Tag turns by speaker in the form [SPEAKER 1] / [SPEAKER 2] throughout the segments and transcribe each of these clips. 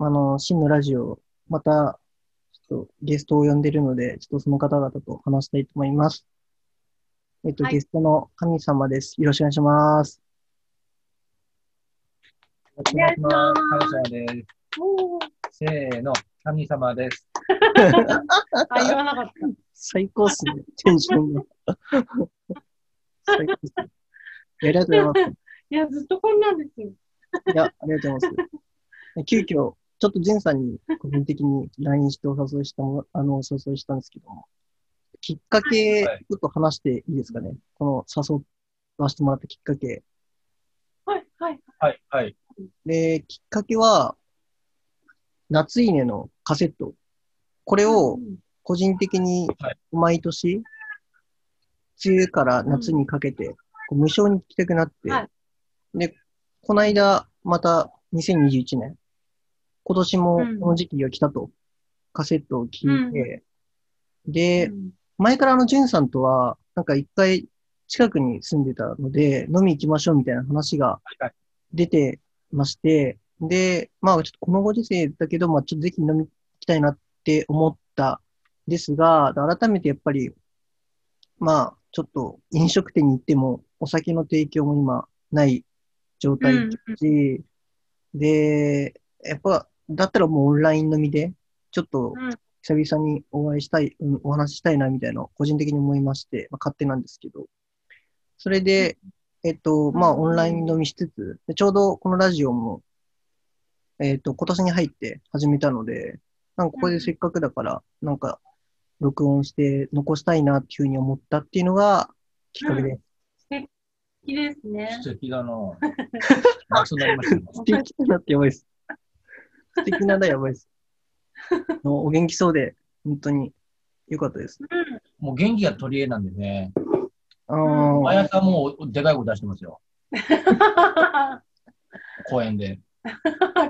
[SPEAKER 1] の、真のラジオ、また、ちょっとゲストを呼んでるので、ちょっとその方々と話したいと思います。えっと、
[SPEAKER 2] はい
[SPEAKER 1] ゲストの神様です。よろしくお願いします。
[SPEAKER 3] お願いします。神様で
[SPEAKER 2] おー
[SPEAKER 3] す。せーの、神様です。
[SPEAKER 2] あ、言わなかった。
[SPEAKER 1] 最高っすね、テンションが。最高っすね。いやありがとうございま
[SPEAKER 2] いや、ずっとこんなんですよ。
[SPEAKER 1] す。いや、ありがとうございます。急遽、ちょっとジンさんに個人的に LINE してお誘いしたも、あの、お誘いしたんですけども、きっかけ、ち
[SPEAKER 3] はい
[SPEAKER 1] ょっと話していいですかね。この誘わせてもらったきっかけ。
[SPEAKER 2] はい、はい。
[SPEAKER 3] はい、はい。
[SPEAKER 1] で、きっかけは、夏稲のカセット。これを
[SPEAKER 2] うん
[SPEAKER 1] 個人的に
[SPEAKER 3] はい
[SPEAKER 1] 毎年、梅雨から夏にかけて、こう無償に聴きたくなって、
[SPEAKER 2] はい
[SPEAKER 1] で、この間、また2021年、今年も
[SPEAKER 2] うん
[SPEAKER 1] この時期が来たと、カセットを聴いて、
[SPEAKER 2] う
[SPEAKER 1] で、
[SPEAKER 2] ん
[SPEAKER 1] 前からあの、ジュンさんとは、なんか一回近くに住んでたので、飲み行きましょうみたいな話が
[SPEAKER 3] はい
[SPEAKER 1] 出てまして、で、まあちょっとこのご時世だけど、まあちょっとぜひ飲み行きたいなって思ったんですが、改めてやっぱり、まあちょっと飲食店に行ってもお酒の提供も今ない状態
[SPEAKER 2] うん
[SPEAKER 1] だし、で、やっぱ、だったらもうオンライン飲みで、ちょっと
[SPEAKER 2] うん
[SPEAKER 1] 久々にお会いしたい、うんお話ししたいなみたいな、個人的に思いまして、まあ、勝手なんですけど、それで、えっと、まあ、
[SPEAKER 2] うん
[SPEAKER 1] オンライン飲みしつつ、でちょうどこのラジオも、えっと、今年に入って始めたので、なんかここでせっかくだから、なんか、録音して残したいなっていうふうに思ったっていうのがきっかけで、
[SPEAKER 2] 好きですね。
[SPEAKER 3] 素敵だなぁ。夏になりましたね。
[SPEAKER 1] 素敵だなってやばいです。素敵なだやば いです。のお元気そうで、本当に良かったです。
[SPEAKER 2] う
[SPEAKER 3] もう元気が取り柄なんでね。
[SPEAKER 1] あ
[SPEAKER 2] うん
[SPEAKER 3] 毎
[SPEAKER 1] ー
[SPEAKER 3] 朝もうでかい声出してますよ。
[SPEAKER 2] ん。
[SPEAKER 3] 公園で。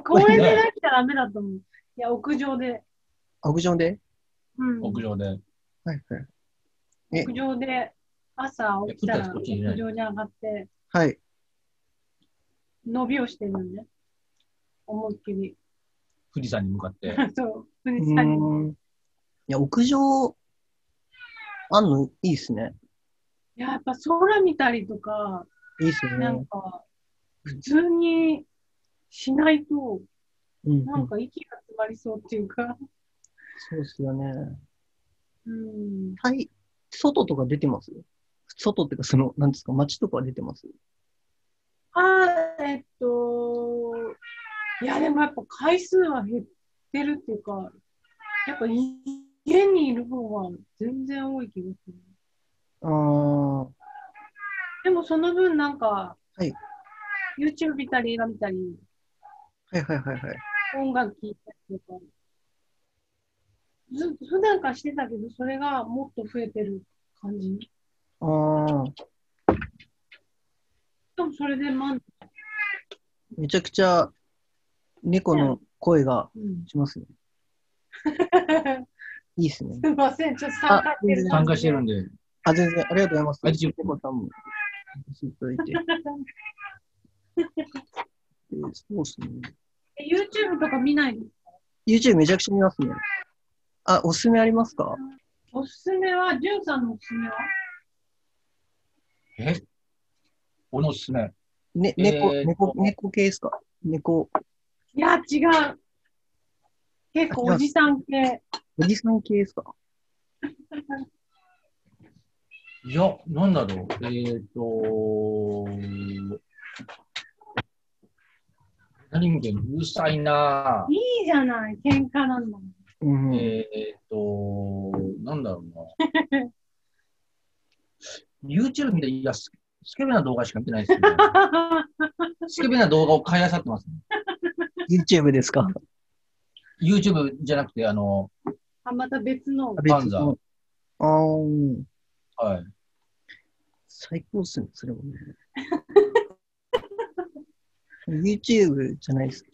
[SPEAKER 2] 公園でなきゃダメだと思う。いや、屋上で。
[SPEAKER 1] 屋上で
[SPEAKER 2] うん。
[SPEAKER 3] 屋上で。
[SPEAKER 1] はいはい。
[SPEAKER 2] 屋上で、朝起きた
[SPEAKER 3] え
[SPEAKER 2] ら
[SPEAKER 3] 降ったやつこっちにいな
[SPEAKER 2] 屋
[SPEAKER 3] い
[SPEAKER 2] 上に上がって、
[SPEAKER 1] はい。
[SPEAKER 2] 伸びをしてるのね。思いっきり。
[SPEAKER 3] 富士山に向かって。
[SPEAKER 2] そう。
[SPEAKER 1] う
[SPEAKER 2] 富士山に。
[SPEAKER 1] ーん。いや、屋上、あんのいいっすね。
[SPEAKER 2] いや、やっぱ空見たりとか、
[SPEAKER 1] いいっすよね。
[SPEAKER 2] なんか、普通にしないと、
[SPEAKER 1] うんうん、
[SPEAKER 2] なんか息が詰まりそうっていうか、
[SPEAKER 1] そうっすよね。
[SPEAKER 2] うん。
[SPEAKER 1] はい。外とか出てます外っていうか、その、なんですか、街とかは出てます
[SPEAKER 2] あーえっと、いや、でもやっぱ回数は減ってるっていうか、やっぱい家にいる方は全然多い気がする。
[SPEAKER 1] あー、
[SPEAKER 2] でもその分なんか、
[SPEAKER 1] い
[SPEAKER 2] YouTube 見たり映画見たり、
[SPEAKER 1] はいはいはいはい。
[SPEAKER 2] 音楽聴いたりとか、ず普段からしてたけど、それがもっと増えてる感じ。し
[SPEAKER 1] あー、
[SPEAKER 2] かもそれで満足。
[SPEAKER 1] めちゃくちゃ、猫の声が
[SPEAKER 2] うん、
[SPEAKER 1] しますね。いいっすね。
[SPEAKER 2] すいません、ちょっと参加してる。
[SPEAKER 3] 参加してるんで。
[SPEAKER 1] あ、全然、ありがとうございます。
[SPEAKER 3] あ自由
[SPEAKER 1] 猫さんも、教えていただいて。 えーそうっすね。
[SPEAKER 2] え YouTube とか見ないの
[SPEAKER 1] YouTube めちゃくちゃ見ますね。あ、おすすめありますか
[SPEAKER 2] おすすめは、じゅんさんのおすすめは
[SPEAKER 3] え俺のおすすめ。
[SPEAKER 1] ね、
[SPEAKER 3] えー
[SPEAKER 1] 猫、
[SPEAKER 3] と
[SPEAKER 1] 猫、猫系ですか猫、
[SPEAKER 2] いや、違う。結構おじさん系。
[SPEAKER 1] おじさん系ですか
[SPEAKER 3] いや、なんだろう。えー、と何見てるうるさいない
[SPEAKER 2] いじゃない、喧嘩なんだもん。
[SPEAKER 1] うん。
[SPEAKER 3] えー、っと、なんだろうな。YouTube で、いや、ススケベな動画しか見てないです ね。スケベな動画を買い漁ってます、ね。
[SPEAKER 1] YouTube ですか
[SPEAKER 3] YouTube じゃなくて、あの、
[SPEAKER 2] あ、また別の。
[SPEAKER 3] パンザー
[SPEAKER 1] のあー、
[SPEAKER 3] はい。
[SPEAKER 1] 最高っすね、そ れもね。YouTube じゃないです。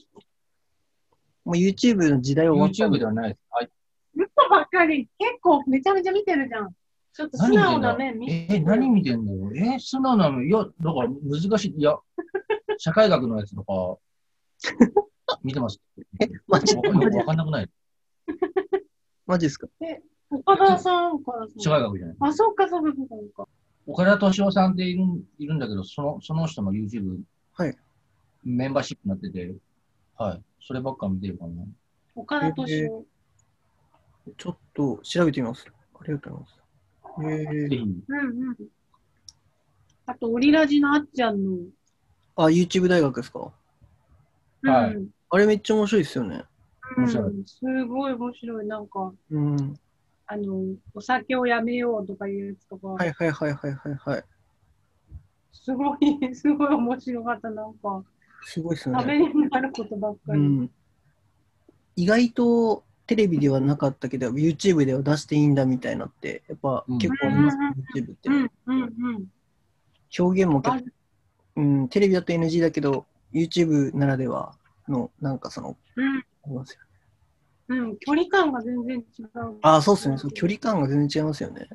[SPEAKER 1] もう YouTube の時代は終わったん
[SPEAKER 3] YouTube
[SPEAKER 1] で。
[SPEAKER 3] ではないです。はい
[SPEAKER 2] 嘘ばっかり。結構めちゃめちゃ見てるじゃん。ちょっと素直なね、見
[SPEAKER 3] えー何見てんのえー素直なのいや、だから難しい。いや、社会学のやつとか、 見てます。
[SPEAKER 1] え、マジ
[SPEAKER 3] よ
[SPEAKER 1] で
[SPEAKER 3] くよくわかんなくない。
[SPEAKER 1] マジですか
[SPEAKER 2] 岡田さん、岡田
[SPEAKER 3] 社
[SPEAKER 2] さん。
[SPEAKER 3] 外学じゃない。
[SPEAKER 2] あ、そうか、そうか、そうか。
[SPEAKER 3] 岡田敏夫さんっているんいるんだけど、そのその人の YouTube、
[SPEAKER 1] はい
[SPEAKER 3] メンバーシップになってて、はい。そればっか見てるかな。
[SPEAKER 2] 岡田敏夫。
[SPEAKER 1] ちょっと調べてみます。ありがとうございます。え
[SPEAKER 3] ぜ
[SPEAKER 1] ー、
[SPEAKER 3] ひ、
[SPEAKER 2] うんうん。あと、オリラジのあっちゃんの。
[SPEAKER 1] あ、YouTube 大学ですか
[SPEAKER 3] はい
[SPEAKER 2] うん
[SPEAKER 1] あれめっちゃ面白いですよね。
[SPEAKER 2] う
[SPEAKER 3] 面白い
[SPEAKER 2] ん、すごい面白い。なんか、
[SPEAKER 1] うん。
[SPEAKER 2] あの、お酒をやめようとかいうやつとか、
[SPEAKER 1] はいはいはいはいはいはい。
[SPEAKER 2] すごい、 すごい面白かった。なんか、
[SPEAKER 1] すごいですよ
[SPEAKER 2] た
[SPEAKER 1] ね。
[SPEAKER 2] めになることばっ
[SPEAKER 1] う
[SPEAKER 2] かり。
[SPEAKER 1] ん。意外とテレビではなかったけど、YouTube では出していいんだみたいなって、やっぱ
[SPEAKER 3] うん
[SPEAKER 1] 結構あります、ね
[SPEAKER 2] う
[SPEAKER 1] YouTube って
[SPEAKER 2] う。んうんうん。
[SPEAKER 1] 表現も
[SPEAKER 2] あ
[SPEAKER 1] 結構、うん、テレビだと NG だけど、YouTube ならではの、なんかその、
[SPEAKER 2] うん
[SPEAKER 1] ありますよね
[SPEAKER 2] うん、距離感が全然違う。
[SPEAKER 1] あ、そうですね。その距離感が全然違いますよね。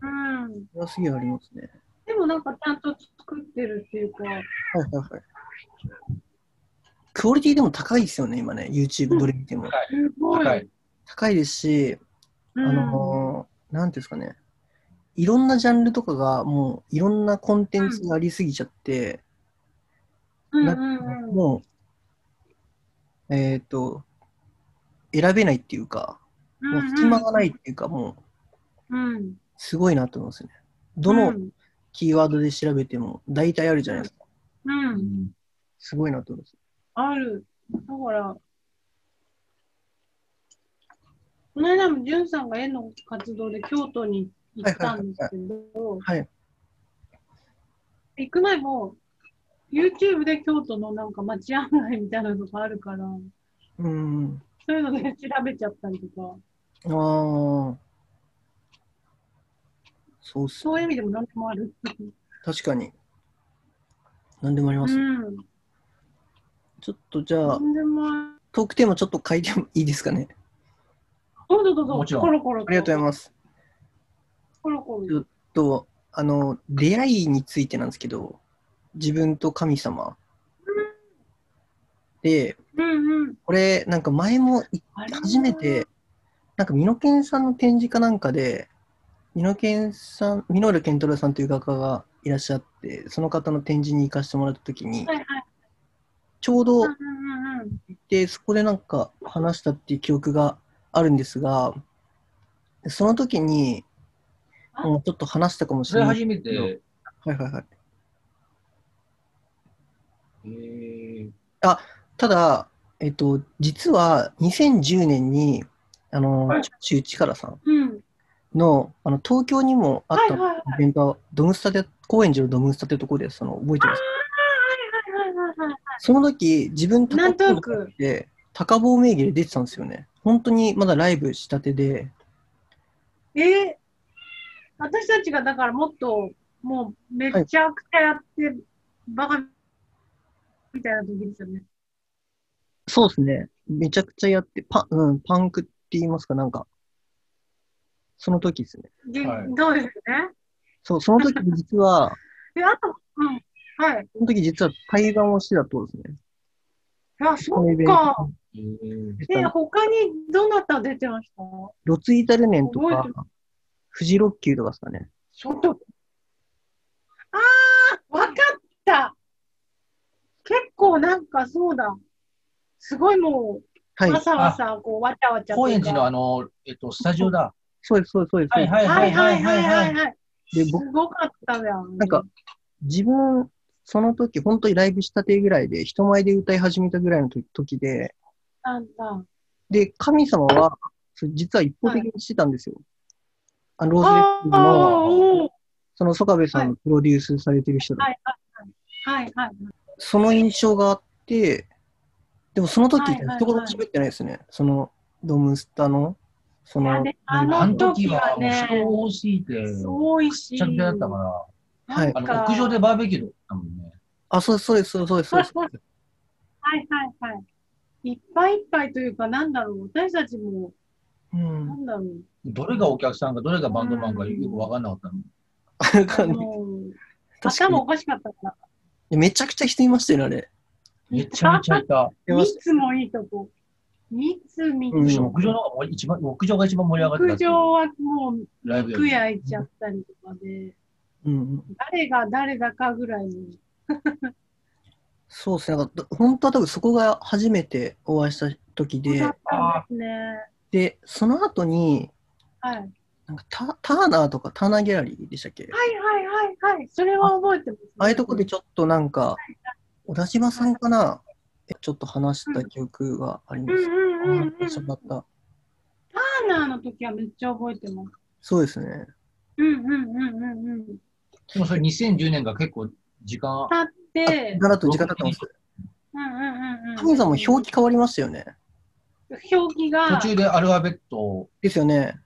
[SPEAKER 2] うん。
[SPEAKER 1] それはすげえありますね。
[SPEAKER 2] でもなんかちゃんと作ってるっていうか、
[SPEAKER 1] はいはいはい。 クオリティでも高いですよね、今ね、YouTube どれ見ても。
[SPEAKER 2] すごい。
[SPEAKER 3] 高い。
[SPEAKER 1] 高いですし、
[SPEAKER 2] う
[SPEAKER 1] あ
[SPEAKER 2] ん、
[SPEAKER 1] のー、なんていうんですかね、いろんなジャンルとかが、もういろんなコンテンツがありすぎちゃって、
[SPEAKER 2] うんう
[SPEAKER 1] なん
[SPEAKER 2] うん、。
[SPEAKER 1] もう、えっ、と、選べないっていうか、もう隙間がないいっていうか、もう、
[SPEAKER 2] うん。
[SPEAKER 1] すごいなと思いますね。どの
[SPEAKER 2] うん
[SPEAKER 1] キーワードで調べても、大体あるじゃないですか。
[SPEAKER 2] う。
[SPEAKER 3] うんん
[SPEAKER 1] すごいなと思います。
[SPEAKER 2] ある。だから、この間もじゅんさんが絵の活動で京都に行ったんですけど、
[SPEAKER 1] はい。
[SPEAKER 2] 行く前も YouTube で京都のなんか街案内みたいなのがあるから、
[SPEAKER 1] うん。
[SPEAKER 2] そういうので調べちゃったりとか、
[SPEAKER 1] ああ。そうっす
[SPEAKER 2] そういう意味でも何でもある。
[SPEAKER 1] 確かに。何でもあり
[SPEAKER 2] う
[SPEAKER 1] ます。
[SPEAKER 2] ん。
[SPEAKER 1] ちょっとじゃあ、
[SPEAKER 2] 何でもある。
[SPEAKER 1] トークテーマちょっと変えてもいいですかね。
[SPEAKER 2] どうぞどうぞ、
[SPEAKER 3] もちろん
[SPEAKER 2] コロコロ
[SPEAKER 1] ありがとうござい
[SPEAKER 2] ま
[SPEAKER 1] ます。
[SPEAKER 2] す。コロコ
[SPEAKER 1] ちょ
[SPEAKER 2] ロ。
[SPEAKER 1] と、あの、出会いについてなんですけど、自分と神様。で、
[SPEAKER 2] うんうん。
[SPEAKER 1] これ、なんか前もい
[SPEAKER 2] あれ
[SPEAKER 1] 初めて、なんか美濃健さんの展示かなんかで、美濃健さん、美濃浦健太郎さんという画家がいらっしゃって、その方の展示に行かせてもらったときに
[SPEAKER 2] は、いはい。
[SPEAKER 1] ちょうど
[SPEAKER 2] うんうんうん。
[SPEAKER 1] で、そこでなんか話したっていう記憶があるんですが、その時に、
[SPEAKER 2] あ
[SPEAKER 1] もうちょっと話したかもし
[SPEAKER 3] それ
[SPEAKER 1] れない。
[SPEAKER 3] 初めて、え
[SPEAKER 1] はいはいはい。
[SPEAKER 3] ー、
[SPEAKER 1] ただ、えっと、実は2010年に、あの
[SPEAKER 2] はい、
[SPEAKER 1] 中チカラさん
[SPEAKER 2] うん。
[SPEAKER 1] の、あの、東京にもあっ
[SPEAKER 2] はい
[SPEAKER 1] た
[SPEAKER 2] はいはい。
[SPEAKER 1] イベントは、ドムスタで、高円寺のドムスタってところで、その、覚えてます
[SPEAKER 2] はいはいはいはい。
[SPEAKER 1] その時、自分
[SPEAKER 2] なんとな
[SPEAKER 1] 高
[SPEAKER 2] く。
[SPEAKER 1] で、高坊名義で出てたんですよね。本当にまだライブしたてで、
[SPEAKER 2] えー私たちがだからもっと、もうめちゃくちゃやって、バカみたいな時ですよね。
[SPEAKER 1] そうですね。めちゃくちゃやって、パ,、うん、パンクって言いますか、なんか、その時ですね。
[SPEAKER 2] で
[SPEAKER 3] はい
[SPEAKER 2] そうですね。
[SPEAKER 1] そう、その時実は、
[SPEAKER 2] で、あと、うん。はい。
[SPEAKER 1] その時実は対岸をしてたとですね。
[SPEAKER 2] あ、
[SPEAKER 1] この
[SPEAKER 2] そ
[SPEAKER 1] イベン
[SPEAKER 2] っ
[SPEAKER 1] ト
[SPEAKER 2] か。
[SPEAKER 3] えー、
[SPEAKER 1] 出
[SPEAKER 2] え、
[SPEAKER 1] た
[SPEAKER 2] 他にどなた出てました
[SPEAKER 1] ロツイタルネンと
[SPEAKER 2] 覚
[SPEAKER 1] か
[SPEAKER 2] えて、
[SPEAKER 1] フジロッキューとかですかね。
[SPEAKER 2] 外。あー、わかった。結構なんかそうだ。すごいもう、
[SPEAKER 1] はい
[SPEAKER 2] わ。さわさ、こう、わちゃわちゃというか。
[SPEAKER 3] 高円寺のあの、えっと、スタジオだ。
[SPEAKER 1] そうです、そうです、そうです。
[SPEAKER 3] はいはい
[SPEAKER 2] はい
[SPEAKER 3] は
[SPEAKER 2] はいい
[SPEAKER 3] は
[SPEAKER 2] はいい
[SPEAKER 3] は
[SPEAKER 2] はいい、はい。
[SPEAKER 1] です僕、
[SPEAKER 2] ごかったじゃん。
[SPEAKER 1] なんか、自分、その時、本当にライブしたてぐらいで、人前で歌い始めたぐらいの時時で、
[SPEAKER 2] なんだ。
[SPEAKER 1] で、神様は、そう実は一方的にしてたんですよ。あのロー
[SPEAKER 2] あ
[SPEAKER 1] ズレッドの、
[SPEAKER 2] あ、おー
[SPEAKER 1] その曽我部さんのプロデュースされてる人だ
[SPEAKER 2] はいはいはいはい。
[SPEAKER 1] その印象があって、でもその時、
[SPEAKER 2] はい
[SPEAKER 1] 一
[SPEAKER 2] はい
[SPEAKER 1] 言
[SPEAKER 2] はい
[SPEAKER 1] も喋ってないですね。その、ドムスタの、そ
[SPEAKER 2] い
[SPEAKER 1] の
[SPEAKER 2] やね、あ
[SPEAKER 3] あ
[SPEAKER 2] の
[SPEAKER 3] の時
[SPEAKER 2] 時
[SPEAKER 3] は
[SPEAKER 2] は
[SPEAKER 3] もう
[SPEAKER 2] ね
[SPEAKER 3] 人多すぎて、め
[SPEAKER 2] 多いし。
[SPEAKER 3] ちゃくちゃだったから、
[SPEAKER 1] はい
[SPEAKER 3] あ
[SPEAKER 2] なんか
[SPEAKER 3] の屋上でバーベキューだったもんね。
[SPEAKER 1] あ、そうです、そうです、そうです、そう です。
[SPEAKER 2] はいはいはい。いっぱいいっぱいというか、なんだろう、私たちも、
[SPEAKER 1] う。
[SPEAKER 2] なんんだろう、
[SPEAKER 3] どれがお客さんか、どれがバンドマンかよくわかんなかったの。
[SPEAKER 2] あの
[SPEAKER 1] 確か
[SPEAKER 2] 頭
[SPEAKER 1] に
[SPEAKER 2] おかしかったから。
[SPEAKER 1] めちゃくちゃ人いましたよね、あれ。
[SPEAKER 3] めちゃめちゃいた。
[SPEAKER 1] でも
[SPEAKER 2] つもいいとこ。三つ三
[SPEAKER 1] うん
[SPEAKER 3] む
[SPEAKER 2] つ。
[SPEAKER 3] しろ屋上の方が盛り一番、屋上が一番盛り上がってた
[SPEAKER 2] 屋上はもう、
[SPEAKER 3] ライブよ
[SPEAKER 2] 服
[SPEAKER 3] り。
[SPEAKER 2] 焼いちゃったりとかで、
[SPEAKER 1] うん、
[SPEAKER 2] 誰が誰だかぐらいに。
[SPEAKER 1] そうですね。なんかど本当は多分そこが初めてお会いした時で
[SPEAKER 2] そうだ、ったんですね。
[SPEAKER 1] で、その後に、
[SPEAKER 2] はい。はい
[SPEAKER 1] なんかタターナーとかターナーギャラリーでしたっけ、
[SPEAKER 2] はいはいはい。それは覚えてます、ね。
[SPEAKER 1] ああいうとこでちょっとなんか、小田島さんかなえちょっと話した記憶があり
[SPEAKER 2] う
[SPEAKER 1] ま
[SPEAKER 2] ん
[SPEAKER 1] す。
[SPEAKER 2] うんうんうん。タ
[SPEAKER 1] 一緒だった。
[SPEAKER 2] ーナーの時はめっちゃ覚えてます。
[SPEAKER 1] そうですね。
[SPEAKER 2] うんうんうんうんうん。
[SPEAKER 3] でもそれ2010年が結構時間、
[SPEAKER 2] 立って、
[SPEAKER 1] だらと時間経ってます。
[SPEAKER 2] うんうんうんうん。
[SPEAKER 1] 神様も表記変わりましたよね。
[SPEAKER 2] 記。表記が、
[SPEAKER 3] 途中でアルファベットを
[SPEAKER 1] ですよね。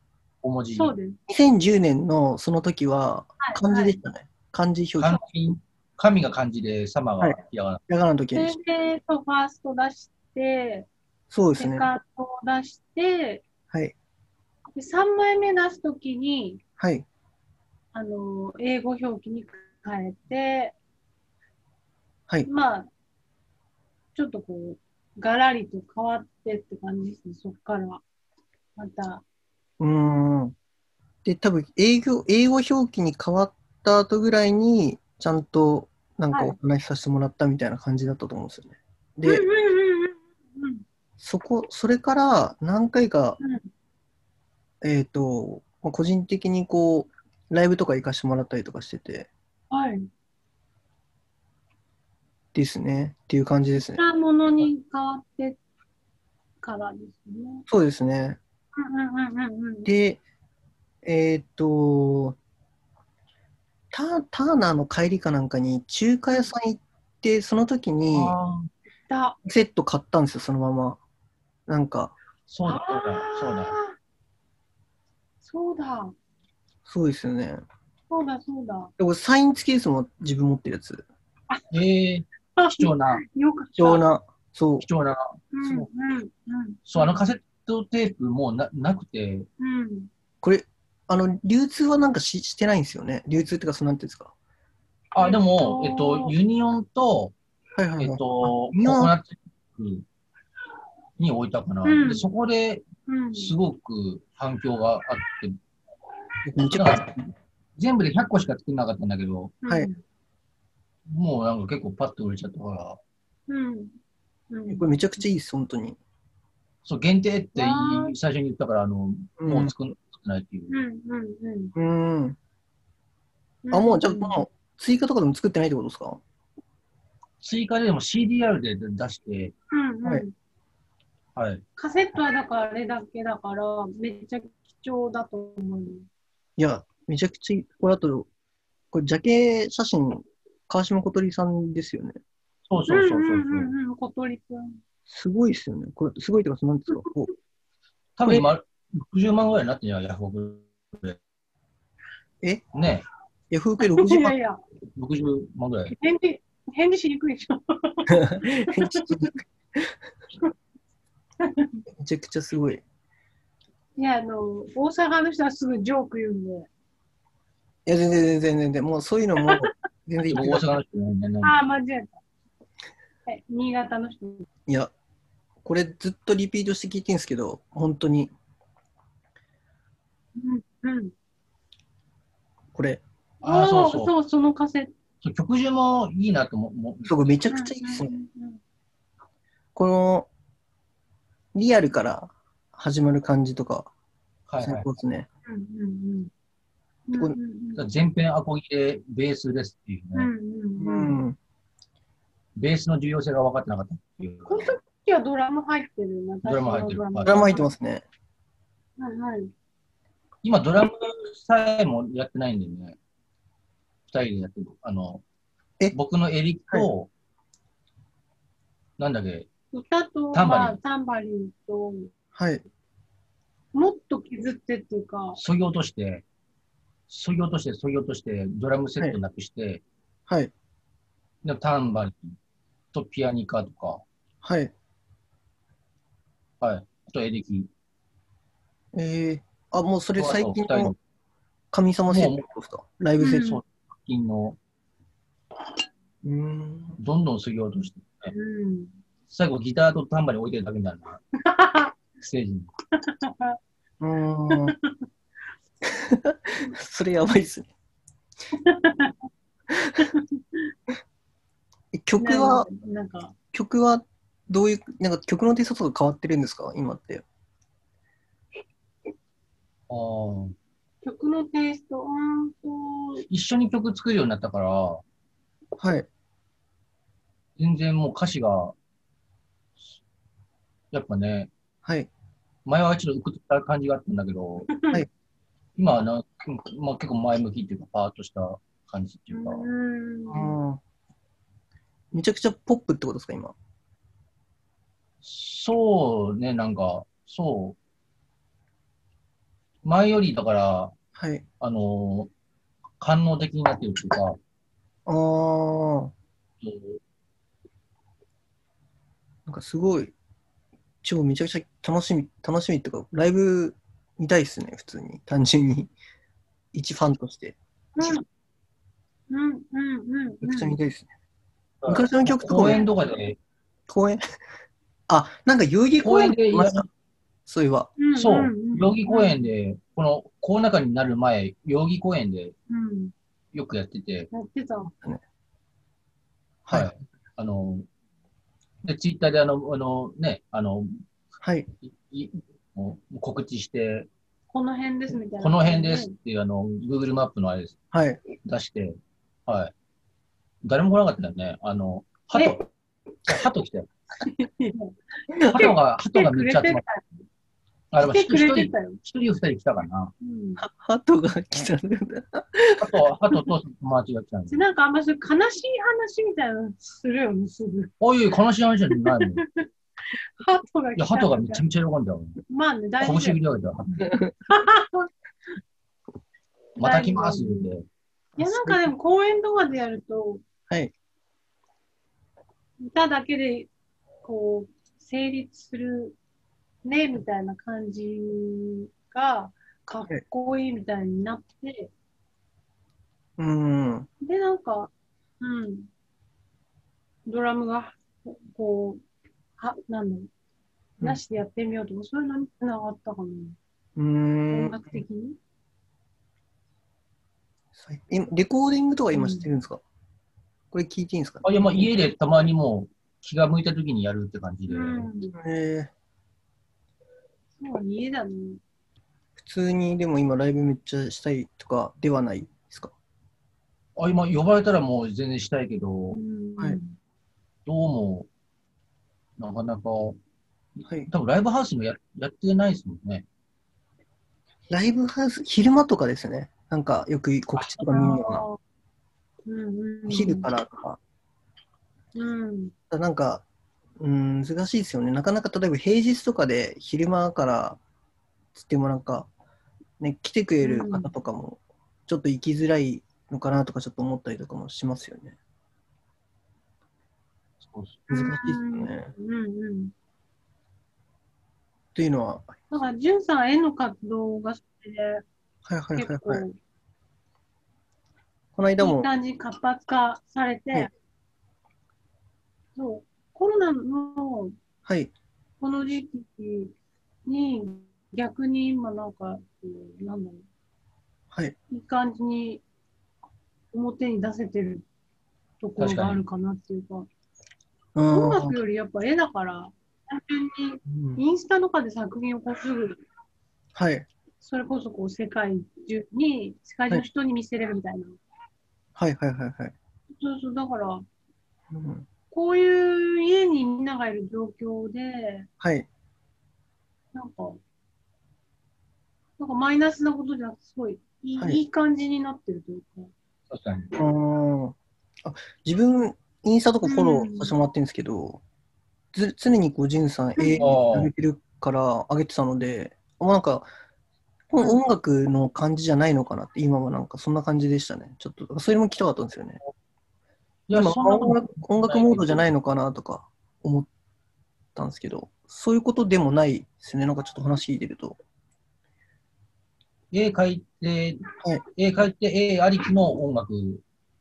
[SPEAKER 3] 小文字、
[SPEAKER 2] そうです。
[SPEAKER 1] 2010年のその時は漢字でしたね。漢字表
[SPEAKER 3] 漢
[SPEAKER 1] 記。
[SPEAKER 3] 字神が漢字で、様がひらがな。
[SPEAKER 1] ひらがなの時
[SPEAKER 2] それ
[SPEAKER 1] に。
[SPEAKER 2] で、そうファースト出して、
[SPEAKER 1] そうです
[SPEAKER 2] セ
[SPEAKER 1] ね。
[SPEAKER 2] カンドを出して、
[SPEAKER 1] はい。
[SPEAKER 2] で3枚目出すときに、
[SPEAKER 1] はい。
[SPEAKER 2] あの、英語表記に変え
[SPEAKER 1] はい
[SPEAKER 2] て、。まあ、ちょっとこう、ガラリと変わってって感じですね、そっから。また。
[SPEAKER 1] うーん。で、多分英語、英語表記に変わった後ぐらいに、ちゃんとなんか
[SPEAKER 2] はい
[SPEAKER 1] お話しさせてもらったみたいな感じだったと思うんですよね。
[SPEAKER 2] うんうん
[SPEAKER 1] で、そこ、それから何回か、
[SPEAKER 2] うんうん
[SPEAKER 1] えっ、と、まあ個人的にこう、ライブとか行かしてもらったりとかしてて、
[SPEAKER 2] はい。
[SPEAKER 1] ですね。っていう感じですね。
[SPEAKER 2] なものに変わってからですね。
[SPEAKER 1] そうですね。
[SPEAKER 2] うんうんうんうんうん。
[SPEAKER 1] で、えーっと、タターナーの帰りかなんかに中華屋さん行って、その時に
[SPEAKER 3] あー
[SPEAKER 2] だ。
[SPEAKER 1] セット買ったんですよ、そのまま。なんか、
[SPEAKER 3] そうだ、そうだ、そうだ。
[SPEAKER 2] あーそうだ。
[SPEAKER 1] そうですよね。
[SPEAKER 2] そうだ、そうだ。
[SPEAKER 1] でもサイン付きですもん、自分持ってるやつ。
[SPEAKER 3] ええ貴重な、
[SPEAKER 2] よかった。
[SPEAKER 1] 貴重な、そう、
[SPEAKER 3] 貴重な、
[SPEAKER 2] うんうんうん
[SPEAKER 3] そう、あのカセットテープもうななくて、
[SPEAKER 2] うん。
[SPEAKER 1] これ、あの、流通はなんかししてないんですよね。流通っていうか、そのなんていうんですか。
[SPEAKER 3] あ、でも、
[SPEAKER 2] え
[SPEAKER 3] え
[SPEAKER 2] っ
[SPEAKER 3] っ
[SPEAKER 2] と
[SPEAKER 3] と、ユニオンと、
[SPEAKER 1] はいはいはい。
[SPEAKER 3] えっと、コ
[SPEAKER 1] ユニオン
[SPEAKER 3] コナッツにに置いたかな、
[SPEAKER 2] うん
[SPEAKER 3] で。そこで
[SPEAKER 2] うん。
[SPEAKER 3] すごく反響があって、
[SPEAKER 1] めっちゃ
[SPEAKER 3] なんか全部で100個しか作んなかったんだけど、
[SPEAKER 1] はい
[SPEAKER 3] もうなんか結構パッと売れちゃったから、
[SPEAKER 2] うん。うん。
[SPEAKER 1] これめちゃくちゃいいです、本当に。
[SPEAKER 3] そう、限定って言い
[SPEAKER 2] わー
[SPEAKER 3] 最初に言ったから、あの、
[SPEAKER 1] うん
[SPEAKER 3] もう作ん作んないっていう。
[SPEAKER 2] うんうん
[SPEAKER 1] うーん。
[SPEAKER 2] うん。
[SPEAKER 1] あ、もう、じゃあ、
[SPEAKER 2] ん
[SPEAKER 1] もう、追加とかでも作ってないってことですか
[SPEAKER 3] 追加ででも CDR で出して、
[SPEAKER 2] うん
[SPEAKER 1] は
[SPEAKER 2] う
[SPEAKER 1] い
[SPEAKER 2] ん。
[SPEAKER 3] はい。
[SPEAKER 2] カセットはだからあれだけだから、めっちゃ貴重だと思う。
[SPEAKER 1] いや、めちゃくちゃいい。これあと、これ、ジャケ写真、川島小鳥さんですよね。
[SPEAKER 3] そうそうそうそう。
[SPEAKER 2] んうんうんうん。小鳥くん。
[SPEAKER 1] すごいですよね。これ、すごいってか、そのなんですか。こう
[SPEAKER 3] 多分今、60万ぐらいになってんじゃん、ヤフオクで。
[SPEAKER 1] え
[SPEAKER 3] ね
[SPEAKER 1] ヤフー ク60
[SPEAKER 2] いや
[SPEAKER 1] 万
[SPEAKER 2] いや、
[SPEAKER 3] 60万ぐらい。
[SPEAKER 2] 返事、返事しにくいでしょ。
[SPEAKER 1] めちゃくちゃすごい。い
[SPEAKER 2] いや、あの、大阪の人はすぐジョーク言うんで。
[SPEAKER 1] や、全然全然全然、もうそういうのも、全然いい
[SPEAKER 3] でも大阪の人ねねね
[SPEAKER 2] ああ、間違えた。はい新潟の人。
[SPEAKER 1] いや、これずっとリピートして聞いてるんですけど、本当に、
[SPEAKER 2] うんうん。
[SPEAKER 1] これ、
[SPEAKER 3] あーそうそう
[SPEAKER 2] おーそう、そのカセット。
[SPEAKER 3] そう曲順もいいなと思う。
[SPEAKER 1] そこめちゃ
[SPEAKER 2] め
[SPEAKER 1] くちゃいいですね。この、リアルから始まる感じとか、
[SPEAKER 3] はい
[SPEAKER 1] 最
[SPEAKER 3] はい。
[SPEAKER 1] 高ですね。
[SPEAKER 2] うんうんうん。うんうんうん
[SPEAKER 3] 全編アコギでベースですっていう
[SPEAKER 2] う
[SPEAKER 3] ね。
[SPEAKER 2] ん
[SPEAKER 1] う
[SPEAKER 2] うんうん。
[SPEAKER 1] ん。
[SPEAKER 3] ベースの重要性が分かってなかったっていう。
[SPEAKER 2] この時はドラム入ってるな。。
[SPEAKER 3] ドラム入ってる
[SPEAKER 1] ドラマ入ってますすね。
[SPEAKER 2] はいはい。
[SPEAKER 3] 今、ドラムさえもやってないんだよね。二人でやってる。あの
[SPEAKER 1] え、
[SPEAKER 3] 僕のエリと、なんだっけ、
[SPEAKER 2] 歌と、
[SPEAKER 3] タンバリン
[SPEAKER 2] まあタンバリンと、
[SPEAKER 1] はい。
[SPEAKER 2] もっと削ってっていうか、
[SPEAKER 3] そぎ落として、そぎ落として、そぎ落として、ドラムセットなくして、
[SPEAKER 1] はい。
[SPEAKER 3] でタンバリンとピアニカとか、
[SPEAKER 1] はい。
[SPEAKER 3] はい。あとエレキ。
[SPEAKER 1] えー、あ、もうそれ最近
[SPEAKER 3] そうそう二人
[SPEAKER 1] の
[SPEAKER 3] の
[SPEAKER 1] 神様セットですかライブセット。
[SPEAKER 3] そう、金の、
[SPEAKER 1] うーん。
[SPEAKER 3] どんどんそぎ落として、
[SPEAKER 2] うん。
[SPEAKER 3] 最後ギターとタンバリン置いてるだけみたいな。ステージに。
[SPEAKER 1] うーん。 それやばいっすね。 え曲は、
[SPEAKER 2] なんか、
[SPEAKER 1] 曲はどういう、なんか曲のテイストとか変わってるんですか今って。
[SPEAKER 3] あー
[SPEAKER 2] 曲のテイスト、うーんと、
[SPEAKER 3] 一緒に曲作るようになったから、
[SPEAKER 1] はい。
[SPEAKER 3] 全然もう歌詞が、やっぱね、
[SPEAKER 1] はい。
[SPEAKER 3] 前はちょっとうくった感じがあったんだけど、
[SPEAKER 1] はい
[SPEAKER 3] 今はな、まあ、結構前向きっていうか、パーッとした感じっていうか、
[SPEAKER 1] う
[SPEAKER 2] うん。
[SPEAKER 1] ん。めちゃくちゃポップってことですか今。
[SPEAKER 3] そうね、なんか、そう。前より、だから、
[SPEAKER 1] はい。
[SPEAKER 3] あの官能的になってるっていうか、
[SPEAKER 1] あー。なんかすごい、超めちゃくちゃ楽しみ、楽しみっていうか、ライブ見たいっすね、普通に。単純に。 一ファンとして。
[SPEAKER 2] うん、うん、うん。
[SPEAKER 1] めちゃくちゃ見たいっすね。
[SPEAKER 3] うん
[SPEAKER 1] 昔の曲とか
[SPEAKER 3] 公演
[SPEAKER 1] も、
[SPEAKER 3] とかで、
[SPEAKER 1] 公演 あ、なんか遊戯公園でました。そういえば。
[SPEAKER 2] うん
[SPEAKER 3] そう、
[SPEAKER 2] んん
[SPEAKER 3] 代々木公園で、このコロナ禍になる前、代々木公園で
[SPEAKER 2] うん。
[SPEAKER 3] よくやってて、
[SPEAKER 2] やってた。
[SPEAKER 1] はい。
[SPEAKER 3] あの、で、ツイッターであの、あのね、あの、
[SPEAKER 1] はい。
[SPEAKER 3] いいもう告知して、
[SPEAKER 2] この辺ですみたいな。
[SPEAKER 3] この辺ですっていう、あの、Google マップのあれです
[SPEAKER 1] はい。
[SPEAKER 3] 出して、はい。誰も来なかったよね。あの、鳩。鳩来たよ。
[SPEAKER 2] はい。
[SPEAKER 3] 鳩が、
[SPEAKER 2] 来て
[SPEAKER 3] 鳩が
[SPEAKER 2] く
[SPEAKER 3] めっ
[SPEAKER 2] れ
[SPEAKER 3] ちゃ集
[SPEAKER 2] て
[SPEAKER 3] まったた。あ、で
[SPEAKER 2] よ。来て
[SPEAKER 3] も一
[SPEAKER 2] くれ
[SPEAKER 3] 人、
[SPEAKER 2] て
[SPEAKER 3] 一
[SPEAKER 2] たよ。
[SPEAKER 3] 人二人来たかな。
[SPEAKER 2] うん。
[SPEAKER 1] ハートが来たんだ。
[SPEAKER 3] 鳩、鳩と友達が来たんで
[SPEAKER 2] で。なんかあんまそういう悲しい話みたいなのするよね、すぐ。
[SPEAKER 3] おいおい、悲しい話じゃないもん。い
[SPEAKER 2] ハトが来た
[SPEAKER 3] や、
[SPEAKER 2] みたいな
[SPEAKER 3] 鳩がめちゃめちゃ喜んだよ。
[SPEAKER 2] まあね、大事だ
[SPEAKER 3] 拳振
[SPEAKER 2] よ。
[SPEAKER 3] り上げた。 また来ます言うて。
[SPEAKER 2] いや、なんかでも公園とかでやると、
[SPEAKER 1] はい。
[SPEAKER 2] 歌だけで、こう、成立するね、みたいな感じが、かっこいいみたいになって、
[SPEAKER 1] うーん。
[SPEAKER 2] で、なんか、うん。ドラムが、こう、は、なんだろう。
[SPEAKER 1] うん
[SPEAKER 2] なしでやってみようとか、そういうのにつながったかな。
[SPEAKER 1] うー
[SPEAKER 2] 音
[SPEAKER 1] ん
[SPEAKER 2] 楽。的に。
[SPEAKER 1] 今レコーディングとか今してるんですか、これ聞いていいんですか
[SPEAKER 3] あ、いや、まあ家でたまにもう気が向いた時にやるって感じで。
[SPEAKER 2] うん。
[SPEAKER 1] えー
[SPEAKER 2] そう、家だね。
[SPEAKER 1] 普通にでも今ライブめっちゃしたいとかではないですか
[SPEAKER 3] あ、今呼ばれたらもう全然したいけど
[SPEAKER 2] う、ん。
[SPEAKER 1] はい
[SPEAKER 3] どうも、なかなか、多
[SPEAKER 1] はい。
[SPEAKER 3] 分ライブハウスもややってないですもんね。
[SPEAKER 1] ライブハウス、昼間とかですね。なんかよく告知とか見るのは、
[SPEAKER 2] うんうん、
[SPEAKER 1] 昼からとか。
[SPEAKER 2] うん。
[SPEAKER 1] ただなんか、うん、難しいですよね。なかなか例えば平日とかで昼間からつってもなんか、ね、来てくれる方とかも、ちょっと行きづらいのかなとかちょっと思ったりとかもしますよね。
[SPEAKER 3] そうそう
[SPEAKER 1] 難しいですよね。
[SPEAKER 2] うんうん。
[SPEAKER 1] というのは、
[SPEAKER 2] だから、じゅんさん、絵の活動が好きで、
[SPEAKER 1] はいはいは
[SPEAKER 2] 結
[SPEAKER 1] い
[SPEAKER 2] 構、
[SPEAKER 1] はい。
[SPEAKER 2] い
[SPEAKER 1] この間も
[SPEAKER 2] い、感じに活発化され
[SPEAKER 1] は
[SPEAKER 2] て
[SPEAKER 1] い、
[SPEAKER 2] そう、コロナの
[SPEAKER 1] はい。
[SPEAKER 2] この時期に、逆に今、なんか、こうなんだろ
[SPEAKER 1] はい。
[SPEAKER 2] う、いい感じに表に出せてるところ
[SPEAKER 3] 確か
[SPEAKER 2] が
[SPEAKER 3] に
[SPEAKER 2] あるかなっていうか、
[SPEAKER 1] う
[SPEAKER 2] 音
[SPEAKER 1] ん。
[SPEAKER 2] 楽よりやっぱ絵だから、単純に
[SPEAKER 1] うん
[SPEAKER 2] インスタとかで作品をこうすぐ、
[SPEAKER 1] はい。
[SPEAKER 2] それこそこう世界中に、世界中の人に見せれるみたいな。
[SPEAKER 1] はいはいはいはい。
[SPEAKER 2] そうそう、だから、
[SPEAKER 1] うん
[SPEAKER 2] こういう家にみんながいる状況で、
[SPEAKER 1] はい。
[SPEAKER 2] なんか、なんかマイナスなことじゃなくて、すごいいい,、
[SPEAKER 1] はい
[SPEAKER 2] い、い感じになってるというか。
[SPEAKER 3] 確かに。
[SPEAKER 1] うんあ自分、インスタとかフォローさせてもらってるんですけど、ず常にこう、ジンさん、絵
[SPEAKER 3] あー
[SPEAKER 1] 上げてるから、上げてたので、もうなんか、この音楽の感じじゃないのかなって、今はなんかそんな感じでしたね。ちょっと、それも聞きたかったんですよね。
[SPEAKER 3] いや、
[SPEAKER 1] 今
[SPEAKER 3] そんな
[SPEAKER 1] 音
[SPEAKER 3] こと
[SPEAKER 1] 楽、音楽モードじゃないのかなとか思ったんですけど、そういうことでもないですね。なんかちょっと話聞いてると。
[SPEAKER 3] 絵描いて
[SPEAKER 1] はい、
[SPEAKER 3] 絵描いて、絵ありきの音楽
[SPEAKER 2] うん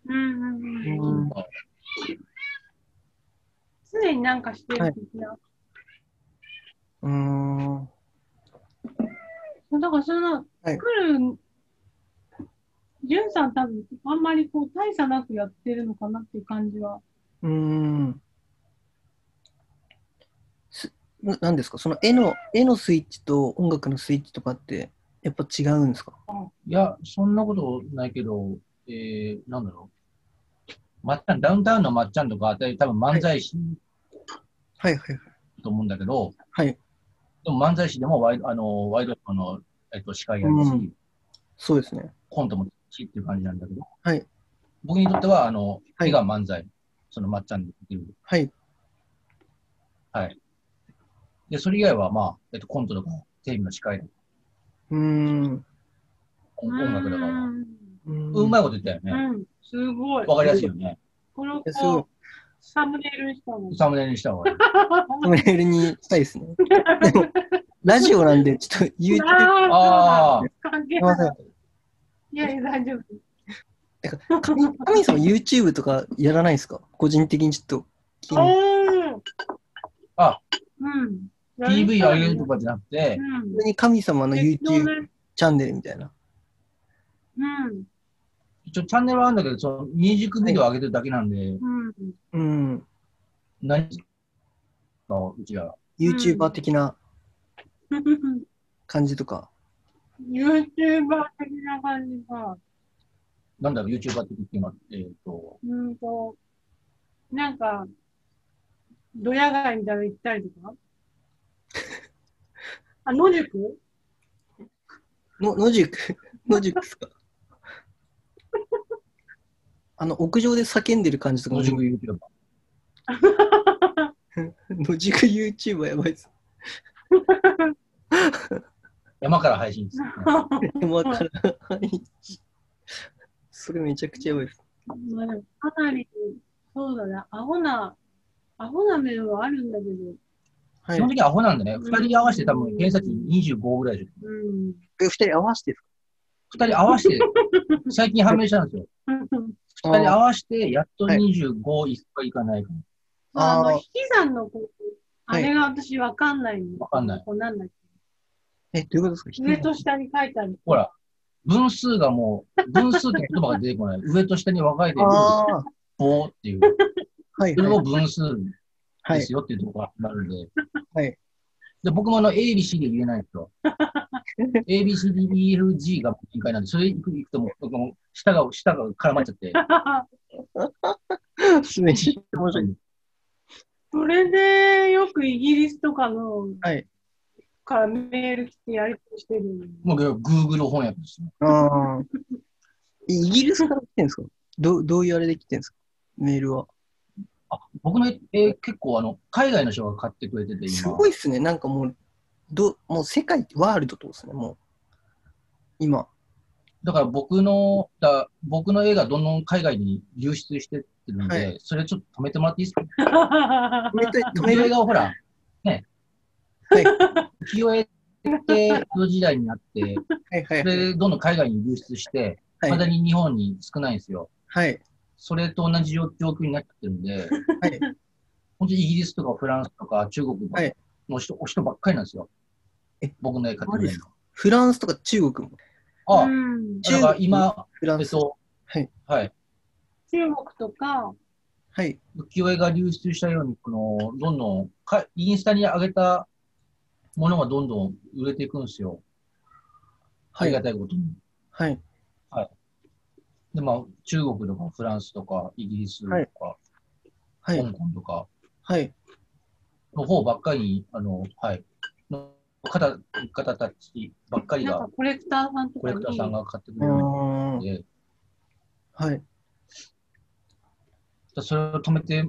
[SPEAKER 2] うんうん。
[SPEAKER 1] うん
[SPEAKER 3] が
[SPEAKER 2] 常になんかしてる的な。
[SPEAKER 1] うーん。
[SPEAKER 2] だからその、
[SPEAKER 1] はい
[SPEAKER 2] 作る、じゅんさん多分、あんまりこう、大差なくやってるのかなっていう感じは。
[SPEAKER 1] うーん。すななんですかその絵の、絵のスイッチと音楽のスイッチとかって、やっぱ違うんですか
[SPEAKER 3] いや、そんなことないけど、えー、なんだろう。まっちゃん、ダウンタウンのまっちゃんとか、で多分漫才師
[SPEAKER 1] はいはい
[SPEAKER 3] と思うんだけど、
[SPEAKER 1] はい。はい。
[SPEAKER 3] でも漫才師でもワイドあのワイドショーの、えっと、司会やるし、
[SPEAKER 1] うんそうですね。
[SPEAKER 3] コントもやるしっていう感じなんだけど、
[SPEAKER 1] はい
[SPEAKER 3] 僕にとっては、あの、
[SPEAKER 1] はい
[SPEAKER 3] 絵が漫才、そのまっちゃんでできる。
[SPEAKER 1] はい。
[SPEAKER 3] で、それ以外は、まあ、えっと、コントとか、テレビの司会だ
[SPEAKER 1] うーん。
[SPEAKER 3] 音楽だから、
[SPEAKER 2] う
[SPEAKER 1] うーん
[SPEAKER 3] うまいこと言ったよ
[SPEAKER 2] ー
[SPEAKER 3] ね。
[SPEAKER 2] ん。うん、すごい。
[SPEAKER 3] わかりやすいよね。
[SPEAKER 2] これをこ、
[SPEAKER 1] えすごいう
[SPEAKER 2] サムネイルにしたの。
[SPEAKER 3] サムネイルにした方がいい。
[SPEAKER 1] サムネイルにしたいですね。でも、ラジオなんで、ちょっと YouTube、す
[SPEAKER 2] あ
[SPEAKER 3] あ
[SPEAKER 2] あ、
[SPEAKER 3] あ、
[SPEAKER 2] 関係
[SPEAKER 1] いま
[SPEAKER 2] な
[SPEAKER 1] せ
[SPEAKER 2] い。
[SPEAKER 1] ん。
[SPEAKER 2] いやいや、大丈夫。
[SPEAKER 1] 神神様 YouTube とかやらないですか個人的にちょっと気に。
[SPEAKER 2] おー
[SPEAKER 3] あ、
[SPEAKER 2] うん。
[SPEAKER 3] PV 上げると
[SPEAKER 2] か。
[SPEAKER 3] かじゃなくて
[SPEAKER 2] う、ん
[SPEAKER 1] 普通に神様の YouTube チャンネルみたいな。
[SPEAKER 2] うん。
[SPEAKER 3] 一応チャンネルはあるんだけど、そのミュージックビデオ上げてるだけなんで、
[SPEAKER 2] うん。
[SPEAKER 1] うん。
[SPEAKER 3] 何のうちら。
[SPEAKER 1] YouTuber 的な感じとか。
[SPEAKER 2] YouTuber 的な感じが、
[SPEAKER 3] なんだろう、YouTuber って言ってもえっ、と、
[SPEAKER 2] うんと、なんか、ドヤ街みたいなの行ったりとかあ、野宿
[SPEAKER 1] の野 宿野宿ですかあの、屋上で叫んでる感じとか
[SPEAKER 3] 野
[SPEAKER 1] も。
[SPEAKER 3] 宿 YouTuber。
[SPEAKER 1] 野宿 YouTuber やばいです。
[SPEAKER 3] 山から配信です、ね。
[SPEAKER 1] わからない。それめちゃくちゃやばいです。
[SPEAKER 2] まあでもかなり、そうだね、アホな、アホな面はあるんだけど、
[SPEAKER 1] はい
[SPEAKER 3] 基本。的にアホなんでね、
[SPEAKER 2] ん
[SPEAKER 3] 二人合わせて多分偏差値25ぐらいでしょ。
[SPEAKER 2] うん。
[SPEAKER 1] え二人合わせてです
[SPEAKER 3] 二人合わ せて、最近判明したんですよ。
[SPEAKER 1] か
[SPEAKER 3] 二人合
[SPEAKER 1] あ
[SPEAKER 3] わせて、やっと
[SPEAKER 1] はい
[SPEAKER 3] 25いくかいかないか。
[SPEAKER 2] あ
[SPEAKER 1] あー
[SPEAKER 2] の、引き算のこうあ
[SPEAKER 1] はい
[SPEAKER 2] れが私わかんないの。
[SPEAKER 3] わかんない
[SPEAKER 2] こうなんだっ
[SPEAKER 1] え、どういうことです
[SPEAKER 2] け
[SPEAKER 1] か
[SPEAKER 2] 上と下に書いてある。
[SPEAKER 3] ほら、分数がもう、分数って言葉が出てこない。 上と下に分かれている、
[SPEAKER 1] ああ、
[SPEAKER 3] 棒っていう。
[SPEAKER 1] はい、
[SPEAKER 3] それ
[SPEAKER 1] は
[SPEAKER 3] も
[SPEAKER 1] い。
[SPEAKER 3] 分数
[SPEAKER 1] は
[SPEAKER 3] で
[SPEAKER 1] い
[SPEAKER 3] す。よっていうところがあるんで。
[SPEAKER 1] はい
[SPEAKER 3] で僕もあの ABCD 入れないんで すよ。ABCDEFG が限界なんで、それいくいくともう、僕も下が、下が絡まっちゃって。
[SPEAKER 1] すでに。面白い。
[SPEAKER 2] それで、よくイギリスとかの、
[SPEAKER 1] はい。
[SPEAKER 2] からメール来てやりとりしてるのに。
[SPEAKER 3] もう Google 翻訳ですよ。
[SPEAKER 1] ああ。イギリスから来てるんですかどどういうあれで来てるんですかメールは。
[SPEAKER 3] あ僕の、えー結構あの、海外の人が買ってくれてて、今。
[SPEAKER 1] すごいっすね。なんかもう、どもう世界、ワールドってことですね、もう。今。
[SPEAKER 3] だから僕の、だ僕の絵がどんどん海外に流出してってるんで、
[SPEAKER 1] はい
[SPEAKER 3] それちょっと止めてもらっていいですか
[SPEAKER 1] 止めて、止
[SPEAKER 3] 止め
[SPEAKER 1] め
[SPEAKER 3] る
[SPEAKER 1] る
[SPEAKER 3] がほら、ね。
[SPEAKER 1] はい
[SPEAKER 3] 浮世絵って、江戸時代になって、
[SPEAKER 1] はいはい
[SPEAKER 3] そ
[SPEAKER 1] はい。
[SPEAKER 3] れでどんどん海外に流出して、
[SPEAKER 1] はい
[SPEAKER 3] まだに日本に少ないんですよ。
[SPEAKER 1] はい。
[SPEAKER 3] それと同じ状状況になっちゃってるんで、
[SPEAKER 1] はい
[SPEAKER 3] 本当にイギリスとかフランスとか中国
[SPEAKER 1] はい
[SPEAKER 3] の人,、お人ばっかりなんですよ。
[SPEAKER 1] え
[SPEAKER 3] 僕の絵買って
[SPEAKER 1] マジっ
[SPEAKER 3] くれ
[SPEAKER 1] す
[SPEAKER 3] るの。
[SPEAKER 1] フランスとか中国も。
[SPEAKER 3] あ、
[SPEAKER 2] うん
[SPEAKER 3] だから今、
[SPEAKER 1] フラ
[SPEAKER 3] え
[SPEAKER 1] ン
[SPEAKER 3] っ
[SPEAKER 1] ス。
[SPEAKER 3] と、
[SPEAKER 1] はい。
[SPEAKER 3] はい。
[SPEAKER 2] 中国とか、
[SPEAKER 1] はい。
[SPEAKER 3] 浮世絵が流出したように、この、どんどんか、インスタに上げたものがどんどん売れていくんですよ。あ
[SPEAKER 1] は
[SPEAKER 3] りが
[SPEAKER 1] い。
[SPEAKER 3] たいことに。
[SPEAKER 1] はい。
[SPEAKER 3] で、まあ、中国とかフランスとかイギリスと
[SPEAKER 1] はい
[SPEAKER 3] か、
[SPEAKER 1] は
[SPEAKER 3] 香
[SPEAKER 1] い。
[SPEAKER 3] 港とか
[SPEAKER 1] はい。
[SPEAKER 3] の方ばっかりに、あの、はい、の方、方たちばっかり
[SPEAKER 2] なん
[SPEAKER 3] が
[SPEAKER 2] か、コレクターさんと
[SPEAKER 3] コ
[SPEAKER 2] か
[SPEAKER 3] レ
[SPEAKER 2] に
[SPEAKER 3] クターさんが買ってく
[SPEAKER 1] うー
[SPEAKER 3] れる
[SPEAKER 1] ん
[SPEAKER 3] ん。で、
[SPEAKER 1] はい。
[SPEAKER 3] それを止めて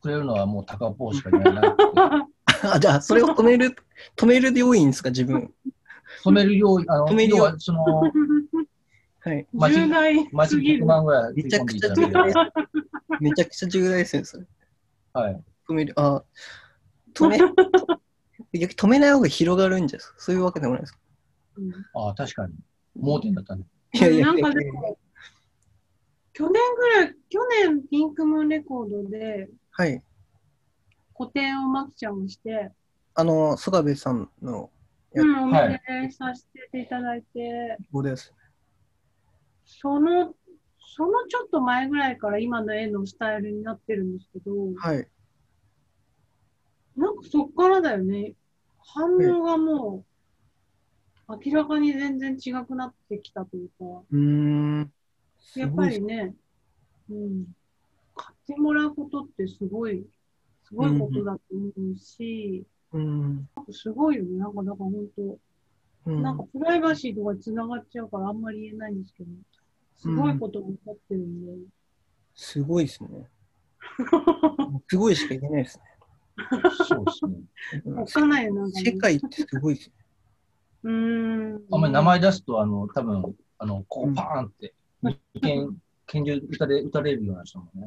[SPEAKER 3] くれるのはもう高坊しかいないなって。
[SPEAKER 1] あ、じゃあ、それ を止める、止めるで多いんですか、自分。
[SPEAKER 3] 止めるよう、あの、
[SPEAKER 1] 止めるよう
[SPEAKER 3] 要はその、
[SPEAKER 1] はい。
[SPEAKER 3] マジ
[SPEAKER 2] 重大
[SPEAKER 3] マジ
[SPEAKER 2] すぎ
[SPEAKER 3] 100
[SPEAKER 2] る。
[SPEAKER 3] 万ぐらい
[SPEAKER 1] めちゃくちゃ
[SPEAKER 3] 振り
[SPEAKER 1] 重
[SPEAKER 3] 込んでいた
[SPEAKER 1] 大
[SPEAKER 3] だけ
[SPEAKER 1] で
[SPEAKER 3] れ
[SPEAKER 1] す。めちゃくちゃ重大ですね、それ。
[SPEAKER 3] ばはい。
[SPEAKER 1] 止める、 あ、止め、逆に止めない方が広がるんじゃないですか。そういうわけでもないですか。
[SPEAKER 2] うん
[SPEAKER 3] ああ、確かに。盲点だったね。
[SPEAKER 1] いやいやいや
[SPEAKER 2] なんかでも、去年ぐらい、去年、ピンクムーンレコードで、
[SPEAKER 1] はい。
[SPEAKER 2] 個展をまきちゃんもして、
[SPEAKER 1] あの、菅部さんのいや
[SPEAKER 2] うん、お
[SPEAKER 3] は
[SPEAKER 2] 店
[SPEAKER 3] い
[SPEAKER 2] させていただいて、
[SPEAKER 1] 子です。
[SPEAKER 2] その、そのちょっと前ぐらいから今の絵のスタイルになってるんですけど、
[SPEAKER 1] はい。
[SPEAKER 2] なんかそっからだよね。反応がもう、明らかに全然違くなってきたというか、
[SPEAKER 1] うーん。
[SPEAKER 2] やっぱりね、うん、買ってもらうことってすごい、すごいことだと思うし、
[SPEAKER 1] うん。
[SPEAKER 2] すごいよね。なんか、なんか本当、
[SPEAKER 1] うん
[SPEAKER 2] なんかプライバシーとかに繋がっちゃうからあんまり言えないんですけど、すごいことが起こってるんで、
[SPEAKER 1] すごいですね。すごいしか言えないです
[SPEAKER 3] そうですね。
[SPEAKER 1] ね。う
[SPEAKER 2] お
[SPEAKER 1] ん
[SPEAKER 2] っかないよ、なんか、ね。
[SPEAKER 1] 世界ってすごいですね。
[SPEAKER 2] うーん。
[SPEAKER 3] あんまり名前出すと、あの、多分あの、ここパーンって、拳、拳銃撃たれ、撃たれるような人もね。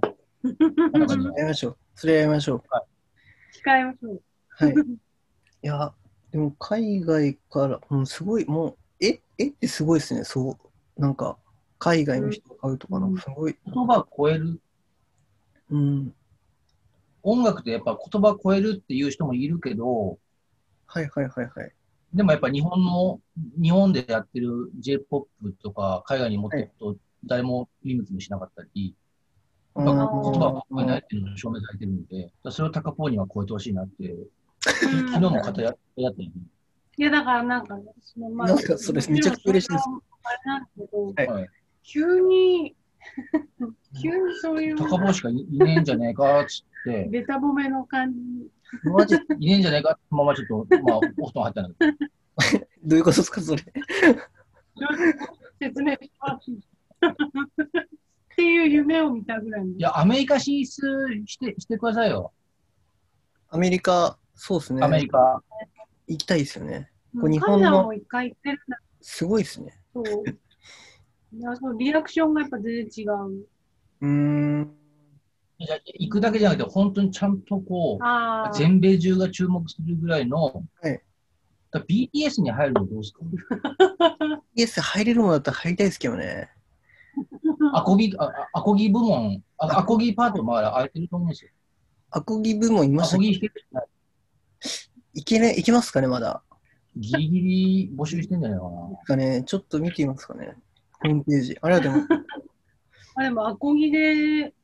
[SPEAKER 1] やりましょう。それやりましょう。
[SPEAKER 2] 控えましょう。
[SPEAKER 1] はい。いや、でも海外から、うん、すごい、もう、え、えってすごいですね。そう。なんか、海外の人が買うとかなんかすごい。
[SPEAKER 3] 言葉を超える、
[SPEAKER 1] うん。
[SPEAKER 3] 音楽でやっぱ言葉を超えるっていう人もいるけど、
[SPEAKER 1] はいはいはいはい。
[SPEAKER 3] でもやっぱ日本の、日本でやってる J-POP とか海外に持っていくと誰も見向きもしなかったり、
[SPEAKER 1] う
[SPEAKER 3] やっ
[SPEAKER 1] ん
[SPEAKER 3] ぱ言葉は超えないっていうのが証明されてるんで、だからそれを高ポーには超えてほしいなって、
[SPEAKER 2] うん
[SPEAKER 3] 昨日も方ややったよね。
[SPEAKER 2] いや、だからなんか、そのまあ、
[SPEAKER 1] なんかそれめちゃくちゃ嬉しいです
[SPEAKER 2] もちろんそれはあれなんですけど、
[SPEAKER 1] はい
[SPEAKER 3] はい
[SPEAKER 2] 急に、 急にそういう、
[SPEAKER 3] 高ポーしかいいねえんじゃねえかっつって、
[SPEAKER 2] べた褒めの感じ。
[SPEAKER 1] マジ
[SPEAKER 3] いねえんじゃねえかってままちょっと、まあ、お布団入ったんだけど、
[SPEAKER 1] どういうことですか、それ。
[SPEAKER 2] 説明します。っていう夢を見たぐらいの。
[SPEAKER 3] いや、アメリカ進出してしてくださいよ、
[SPEAKER 1] アメリカ、そうですね。
[SPEAKER 3] アメリカ。
[SPEAKER 1] 行きたいですよね。
[SPEAKER 2] も
[SPEAKER 1] こ
[SPEAKER 2] う
[SPEAKER 1] れ日本の
[SPEAKER 2] カナダも一回行ってるんだ
[SPEAKER 1] すごいですね。
[SPEAKER 2] けど、いやそのリアクションがやっぱ全然違う。
[SPEAKER 1] うーん。
[SPEAKER 3] いや行くだけじゃなくて、本当にちゃんとこう、
[SPEAKER 2] ああ、
[SPEAKER 3] 全米中が注目するぐらいの、
[SPEAKER 1] はい
[SPEAKER 3] だから BTS に入るのどうですか
[SPEAKER 1] イエス入れるものだったら入りたいですけどね。
[SPEAKER 3] アコギ、ああアコギ部門、あアコギパートもまだ空いてると思うんですよ。
[SPEAKER 1] アコギ部門いま
[SPEAKER 3] ア
[SPEAKER 1] した
[SPEAKER 3] コ
[SPEAKER 1] っけ
[SPEAKER 3] ギ弾ける人
[SPEAKER 1] いけね、いけますかね、まだ。
[SPEAKER 3] ギリギリ募集してんじゃないかな。
[SPEAKER 1] かね、ちょっと見てみますかね。ホームページ。あれはで も、
[SPEAKER 2] あでもアコギで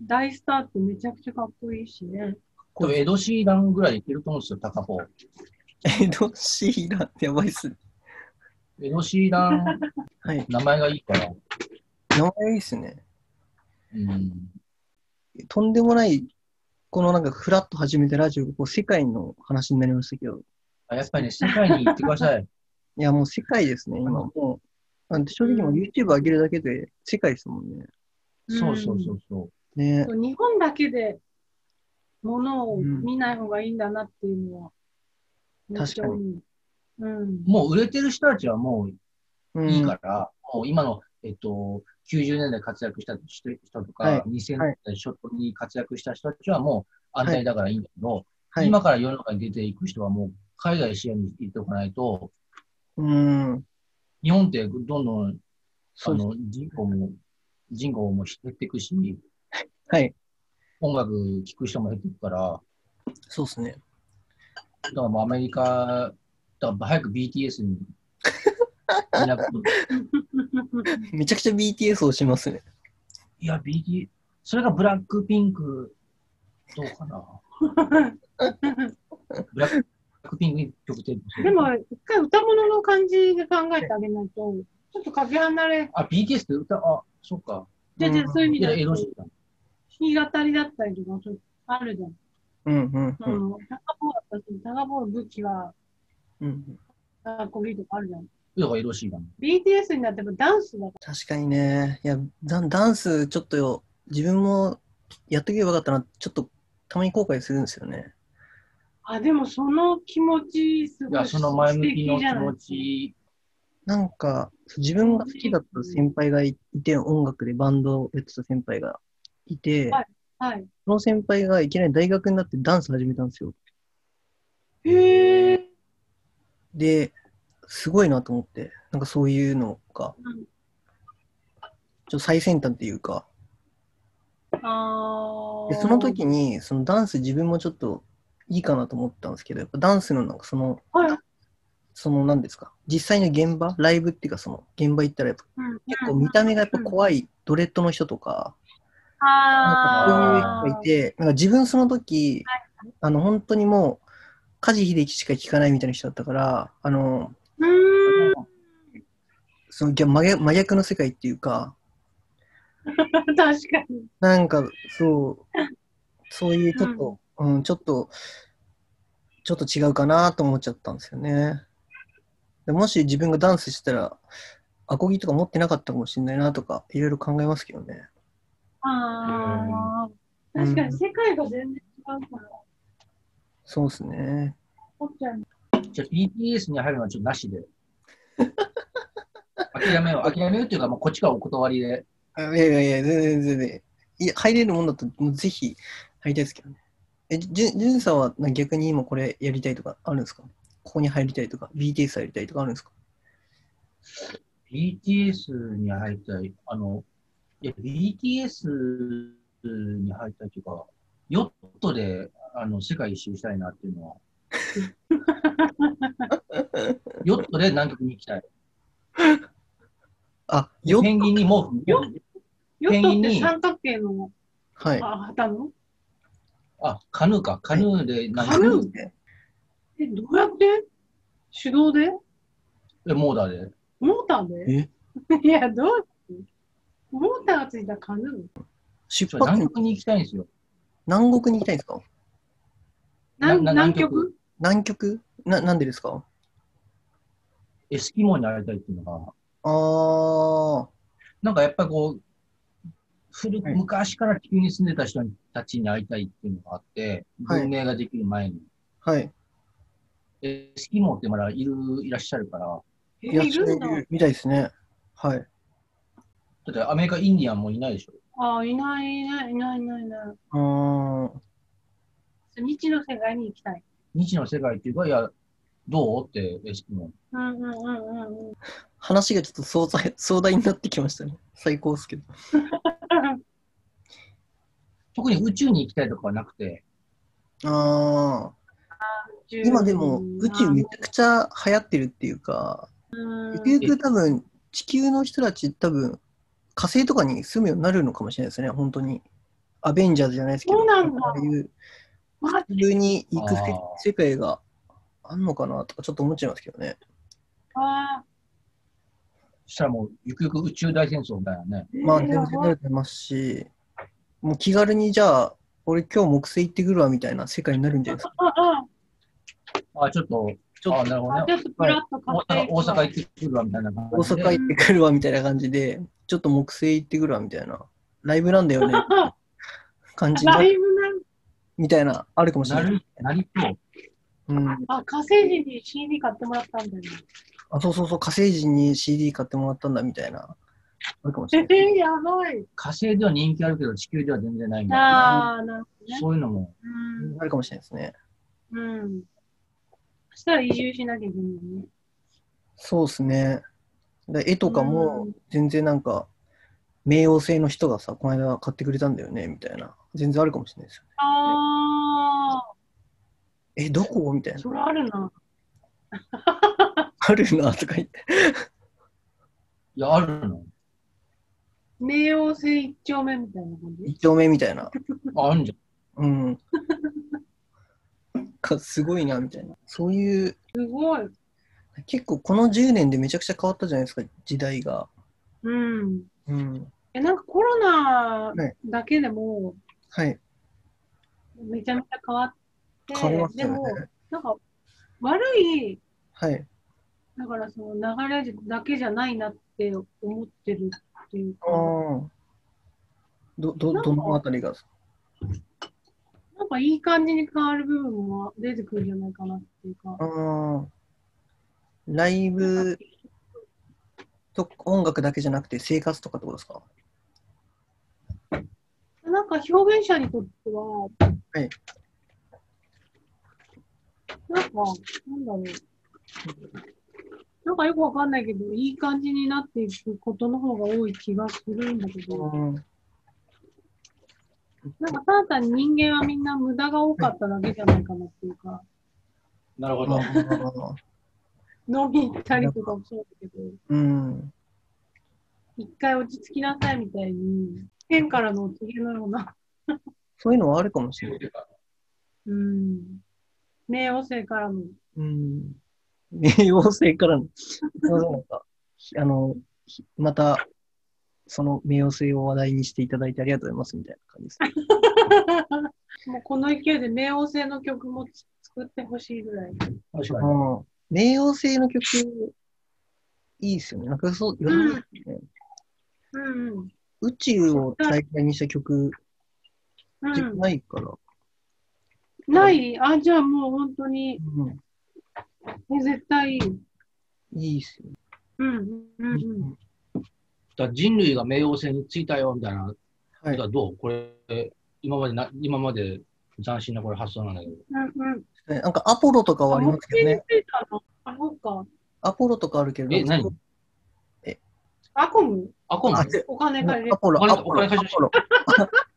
[SPEAKER 2] 大スターってめちゃくちゃかっこいいしね。
[SPEAKER 3] これ、エド・シーランぐらいいけると思うんですよ、高ポ。
[SPEAKER 1] エド・シーラン、やばいっす。
[SPEAKER 3] エド・シーラン、
[SPEAKER 1] はい。
[SPEAKER 3] 名前がいいから。
[SPEAKER 1] 名前いいっすね。
[SPEAKER 3] うん。
[SPEAKER 1] とんでもない、このなんか、フラッと始めたラジオがこう世界の話になりましたけど、
[SPEAKER 3] あやっぱりね、世界に行ってくださ い。
[SPEAKER 1] いや、もう世界ですね、今もう。なんて正直もう YouTube 上げるだけで世界ですもんね。
[SPEAKER 3] そうそうそうそう。
[SPEAKER 1] ね
[SPEAKER 2] そう日本だけでものを
[SPEAKER 1] うん
[SPEAKER 2] 見ない方がいいんだなっていうのは、めっちゃ思ううん。
[SPEAKER 3] もう売れてる人たちはもう
[SPEAKER 1] うん
[SPEAKER 3] いいから、もう今の、えっと、90年代活躍した人人とか、
[SPEAKER 1] はい
[SPEAKER 3] 2000年代初頭に活躍した人たちはもう安泰だからいいんだけど、
[SPEAKER 1] はい、
[SPEAKER 3] 今から世の中に出ていく人はもう海外視野に行っておかないと、
[SPEAKER 1] うん。
[SPEAKER 3] 日本ってどんどんあ
[SPEAKER 1] そうです
[SPEAKER 3] の人口も人口も減っていくし、
[SPEAKER 1] はい。
[SPEAKER 3] 音楽聴く人も減っていくから、
[SPEAKER 1] そうですね。
[SPEAKER 3] だからもうアメリカ、だから早く BTS に。いなく
[SPEAKER 1] めちゃくちゃ BTS をしますね。
[SPEAKER 3] いや、BTS、それがブラックピンク、どうかな。ブラックピンクに曲提供する
[SPEAKER 2] でも、一回歌物の感じで考えてあげないと、ちょっとかけ離れ、
[SPEAKER 3] あ、BTS って歌、あ、そっか。
[SPEAKER 2] じゃあじゃあ
[SPEAKER 1] うん
[SPEAKER 2] そういう意
[SPEAKER 3] い
[SPEAKER 2] 味で
[SPEAKER 3] や、
[SPEAKER 2] は
[SPEAKER 3] エロシーだ。
[SPEAKER 2] 弾き語りだったりとか、そうあるじゃん。
[SPEAKER 1] うんうん
[SPEAKER 2] そ
[SPEAKER 1] うん
[SPEAKER 2] の、高坊だったし、高坊武器は、
[SPEAKER 1] うん。
[SPEAKER 2] アコギとかあるじゃん。
[SPEAKER 3] だからエロシーだ。
[SPEAKER 2] BTS になってもダンスだか
[SPEAKER 1] 確かにね。いや、ダンダンス、ちょっとよ、自分もやっとけばよかったな、ちょっとたまに後悔するんですよね。
[SPEAKER 2] ら。あ、でもその気持ち、す
[SPEAKER 3] い
[SPEAKER 2] ご
[SPEAKER 3] や、
[SPEAKER 2] い
[SPEAKER 3] そ
[SPEAKER 2] 素
[SPEAKER 3] の前向き
[SPEAKER 2] 敵
[SPEAKER 3] の
[SPEAKER 2] じ
[SPEAKER 3] 気
[SPEAKER 2] ゃない。
[SPEAKER 3] 持ち、
[SPEAKER 1] なんか、自分が好きだった先輩がいて、音楽でバンドをやってた先輩がいて、
[SPEAKER 2] はい。
[SPEAKER 1] その先輩がいきなり大学になってダンス始めたんですよ。
[SPEAKER 2] へえ。
[SPEAKER 1] で、すごいなと思って、なんかそういうのが、
[SPEAKER 2] うん
[SPEAKER 1] ちょっと最先端っていうか、
[SPEAKER 2] あ
[SPEAKER 1] で、その時に、そのダンス自分もちょっといいかなと思ったんですけど、やっぱダンスのなんかその、
[SPEAKER 2] はい
[SPEAKER 1] その何ですか、実際の現場、ライブっていうかその現場行ったらやっぱ
[SPEAKER 2] うんうん
[SPEAKER 1] 結構見た目がやっぱ怖いドレッドの人とか、
[SPEAKER 2] あ
[SPEAKER 1] そういう人が
[SPEAKER 2] ー
[SPEAKER 1] いて、なんか自分その時、あの本当にもう、梶秀樹しか聞かないみたいな人だったから、あの、
[SPEAKER 2] うーん
[SPEAKER 1] そのじゃ真逆真逆の世界っていうか、
[SPEAKER 2] 確かに。
[SPEAKER 1] なんか、そう、そういうちょっと、うん、ちょっと、ちょっと違うかなと思っちゃったんですよね。でもし自分がダンスしてたら、アコギとか持ってなかったかもしれないなとか、いろいろ考えますけどね。
[SPEAKER 2] あー確かに世界が全然違うから、
[SPEAKER 1] そうですね。
[SPEAKER 2] おっちゃん。
[SPEAKER 3] じゃあ BTS に入るのはちょっとなし で。諦めよう、諦めようっていうか、もうこっちからお断りで。
[SPEAKER 1] あいやいやいや、全然全然。いや、入れるもんだと、もうぜひ入りたいですけどね。え、じゅんじゅんさんはな逆に今これやりたいとかあるんですかここに入りたいとか、BTS 入りたいとかあるんですか
[SPEAKER 3] BTS に入りたい、あの、いや、BTS に入りたいっていうか、ヨットであの世界一周したいなっていうのは。ヨットで南極に行きたい。
[SPEAKER 1] あ、よ
[SPEAKER 3] ペンギンに毛布
[SPEAKER 2] ヨヨット
[SPEAKER 3] ペン
[SPEAKER 2] っ
[SPEAKER 3] ギン
[SPEAKER 2] て
[SPEAKER 3] に
[SPEAKER 2] 三角形の
[SPEAKER 1] はい。
[SPEAKER 2] あ旗の
[SPEAKER 3] あ、カヌーか。カヌーで南
[SPEAKER 2] カヌ
[SPEAKER 3] 極
[SPEAKER 2] ーえ、どうやって手動で
[SPEAKER 3] でモーダーで。
[SPEAKER 2] モーターで いや、どうモーターがついたカヌー
[SPEAKER 1] 出発
[SPEAKER 3] 南
[SPEAKER 1] に
[SPEAKER 3] 極に行きたいんですよ。
[SPEAKER 1] 南国に行きたいんですか
[SPEAKER 2] な
[SPEAKER 3] な
[SPEAKER 2] 南
[SPEAKER 3] 南
[SPEAKER 2] 極
[SPEAKER 3] 極
[SPEAKER 1] 南極な、なんでですか
[SPEAKER 3] エスキモーになりたいっていうのが。
[SPEAKER 1] あー、
[SPEAKER 3] なんかやっぱりこう、古く
[SPEAKER 1] はい
[SPEAKER 3] 昔から地球に住んでた人たちに会いたいっていうのがあって、
[SPEAKER 1] はい
[SPEAKER 3] 文明ができる前に。
[SPEAKER 1] はい。
[SPEAKER 3] エスキモーってまだいる、いらっしゃるから、だ
[SPEAKER 2] え
[SPEAKER 1] いらっ
[SPEAKER 2] い
[SPEAKER 1] しゃ
[SPEAKER 2] るんだ。
[SPEAKER 1] るみたいですね。はい。
[SPEAKER 3] ってアメリカ、インディアンもいないでしょ。
[SPEAKER 2] ああ、いないいないいないいないいな
[SPEAKER 1] うーん。
[SPEAKER 2] い。未知の世界に行きたい。
[SPEAKER 3] 未知の世界っていうか、いや、どうって、エスキモー。
[SPEAKER 2] うんうんうんうんうん。
[SPEAKER 1] 話がちょっと壮大壮大になってきましたね。最高ですけど。
[SPEAKER 3] 特に宇宙に行きたいとかはなくて、
[SPEAKER 1] あー、今でも宇宙めちゃくちゃ流行ってるっていうか、
[SPEAKER 2] うん
[SPEAKER 1] ゆくゆく多分地球の人たち多分火星とかに住むようになるのかもしれないですね、本当に。アベンジャーズじゃないですけど、
[SPEAKER 2] そうなんだ
[SPEAKER 1] ああいう
[SPEAKER 2] マ
[SPEAKER 1] 地球に行くせ
[SPEAKER 3] あー
[SPEAKER 1] 世界があんのかなとかちょっと思っちゃいますけどね。
[SPEAKER 2] あ
[SPEAKER 3] そしたらもう、ゆくゆく宇宙大戦争みたいなね。
[SPEAKER 2] ー
[SPEAKER 1] まあ、
[SPEAKER 2] え
[SPEAKER 1] 全
[SPEAKER 2] ー
[SPEAKER 1] 然慣れてますし、もう気軽にじゃあ、俺今日木星行ってくるわみたいな世界になるんじゃないです か。
[SPEAKER 2] ああ
[SPEAKER 3] あ、ちょっと、
[SPEAKER 1] ちょ
[SPEAKER 3] あ、
[SPEAKER 1] っ
[SPEAKER 3] なるほ
[SPEAKER 2] あ
[SPEAKER 3] ど
[SPEAKER 2] あ、ち
[SPEAKER 3] ね。
[SPEAKER 2] ょっとプラッと
[SPEAKER 3] 大
[SPEAKER 2] 買っ
[SPEAKER 3] 阪
[SPEAKER 2] て
[SPEAKER 3] 大阪行ってくるわ、みたいな感
[SPEAKER 1] と大
[SPEAKER 3] じで。
[SPEAKER 1] 阪行ってくるわみたいな感じで、ちょっと木星行ってくるわみたいな、ライブなんだよね、感じにな
[SPEAKER 2] ライブなん
[SPEAKER 1] みたいな、あるかもしれ
[SPEAKER 3] な
[SPEAKER 1] ない。
[SPEAKER 3] る、なりそう。
[SPEAKER 1] うん
[SPEAKER 2] あ、火星人に CD 買ってもらったんだよね。
[SPEAKER 1] あ、そうそうそう、火星人に CD 買ってもらったんだみたいな。あるかもし
[SPEAKER 2] え
[SPEAKER 1] れない。
[SPEAKER 2] ー、やばい。
[SPEAKER 3] 火星では人気あるけど、地球では全然ないみたいな。
[SPEAKER 2] ああ、なるほどね。
[SPEAKER 3] そういうのも、
[SPEAKER 2] うん
[SPEAKER 1] あるかもしれないですね。
[SPEAKER 2] うん。そしたら移住しなきゃいけないね。
[SPEAKER 1] そうですね。で絵とか
[SPEAKER 2] う
[SPEAKER 1] も
[SPEAKER 2] ん
[SPEAKER 1] 全然なんか、冥王星の人がさ、この間買ってくれたんだよね、みたいな。全然あるかもしれないですよね。
[SPEAKER 2] ああ、
[SPEAKER 1] え、どこみたいな。
[SPEAKER 2] それあるな。
[SPEAKER 1] あるな、とか言 って。
[SPEAKER 3] いや、あるの。
[SPEAKER 2] 冥王星一丁目みたいな感じ。
[SPEAKER 1] 一丁目みたいな。
[SPEAKER 3] ああるんじゃん。
[SPEAKER 1] うん。かすごいな、みたいな。そういう、
[SPEAKER 2] すごい。
[SPEAKER 1] 結構この10年でめちゃくちゃ変わったじゃないですか、時代が。
[SPEAKER 2] うん。
[SPEAKER 1] うん。
[SPEAKER 2] え、なんかコロナ
[SPEAKER 1] ね
[SPEAKER 2] だけでも、
[SPEAKER 1] はい。
[SPEAKER 2] めちゃめちゃ変わって、
[SPEAKER 1] 変わりました
[SPEAKER 2] で
[SPEAKER 1] よ
[SPEAKER 2] も、
[SPEAKER 1] ね。
[SPEAKER 2] なんか、悪い、
[SPEAKER 1] はい。
[SPEAKER 2] だからその流れだけじゃないなって思ってるっていうか、
[SPEAKER 1] ああ。ど、ど、
[SPEAKER 2] なんか
[SPEAKER 1] どのあたりがですか
[SPEAKER 2] なんかいい感じに変わる部分も出てくるんじゃないかなっていうか。
[SPEAKER 1] ああ。ライブと音楽だけじゃなくて生活とかってことですか
[SPEAKER 2] なんか表現者にとっては、
[SPEAKER 1] い
[SPEAKER 2] なんか、なんだろう。なんかよくわかんないけど、いい感じになっていくことの方が多い気がするんだけど、
[SPEAKER 1] ん。
[SPEAKER 2] なんか、ただ単に人間はみんな無駄が多かっただけじゃないかなっていうか、
[SPEAKER 4] なるほど。
[SPEAKER 1] あー
[SPEAKER 2] 飲み行ったりとかもそうだけど、
[SPEAKER 1] うん。
[SPEAKER 2] 一回落ち着きなさいみたいに、天からのお告げのような、
[SPEAKER 1] そういうのはあるかもしれない。
[SPEAKER 2] うん、冥王星からの、
[SPEAKER 1] うん。冥王星からの、すいませんなんか、あの、ひまた、その冥王星を話題にしていただいてありがとうございますみたいな感じです。
[SPEAKER 2] もうこの勢いで冥王星の曲も作ってほしいぐらい。
[SPEAKER 3] 確かに。
[SPEAKER 1] うん。冥王星の曲、いいですよね。なんかそう、いろんな
[SPEAKER 2] うんうん。
[SPEAKER 1] 宇宙を題材にした曲
[SPEAKER 2] う
[SPEAKER 1] って
[SPEAKER 2] ん、
[SPEAKER 1] ないから。
[SPEAKER 2] ないあ、じゃあもう本当に、
[SPEAKER 1] うん。
[SPEAKER 2] え絶対いい。
[SPEAKER 1] いいっすよね。
[SPEAKER 2] うん、うん、うん。
[SPEAKER 4] だから人類が冥王星についたよみたいな、
[SPEAKER 1] はい
[SPEAKER 4] だからどうこれ、今までな、今まで斬新なこれ発想なんだけど、
[SPEAKER 2] うん、うん。
[SPEAKER 1] なんかアポロとかはありますけどね。
[SPEAKER 2] 木星についたのあ、そうか。
[SPEAKER 1] アポロとかあるけど、
[SPEAKER 4] え、何
[SPEAKER 2] アコム
[SPEAKER 4] アコム
[SPEAKER 1] あで
[SPEAKER 2] お金借り
[SPEAKER 1] ア
[SPEAKER 2] れ
[SPEAKER 1] ポロ、アポ
[SPEAKER 4] お
[SPEAKER 1] ロ、
[SPEAKER 4] 金
[SPEAKER 1] ア
[SPEAKER 4] 貸し
[SPEAKER 1] ポロ。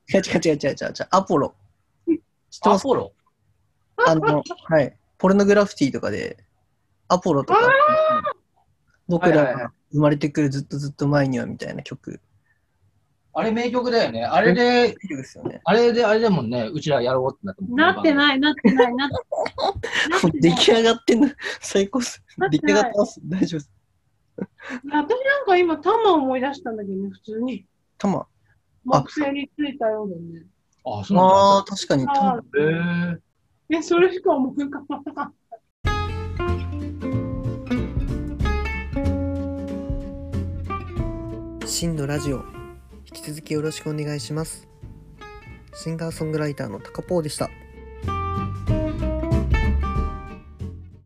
[SPEAKER 1] 違う違う違う違う違う、アポロ。知ってま
[SPEAKER 4] ア
[SPEAKER 1] す
[SPEAKER 4] ポロ
[SPEAKER 1] あの、はい。ポルノグラフィティとかで、アポロとか、僕ら
[SPEAKER 4] はいはいは
[SPEAKER 1] が生まれてくるずっとずっと前にはみたいな曲。
[SPEAKER 4] あれ名曲だよね。あれで、
[SPEAKER 1] いい曲ですよね。
[SPEAKER 4] あれで、あれでもんね、うちらやろうってなってもんね
[SPEAKER 2] なってない、なってない、なって なって
[SPEAKER 1] 出
[SPEAKER 2] ない。
[SPEAKER 1] 来上がってんの、最高っす
[SPEAKER 2] な。っ
[SPEAKER 1] 出
[SPEAKER 2] て
[SPEAKER 1] 来上が
[SPEAKER 2] な
[SPEAKER 1] っ
[SPEAKER 2] い
[SPEAKER 1] てます。大丈夫です。
[SPEAKER 2] いや私なんか今、タマ思い出したんだけどね、普通に。
[SPEAKER 1] たま。
[SPEAKER 2] 木星についたようだね。
[SPEAKER 4] あ、そう
[SPEAKER 1] あ
[SPEAKER 4] な
[SPEAKER 1] あ、確かに。
[SPEAKER 2] あ
[SPEAKER 1] 玉
[SPEAKER 2] ー
[SPEAKER 4] んだ。へえ。
[SPEAKER 2] え、それしか思い浮かばなかった。
[SPEAKER 1] 真のラジオ引き続きよろしくお願いしますシンガーソングライターの高ポーでした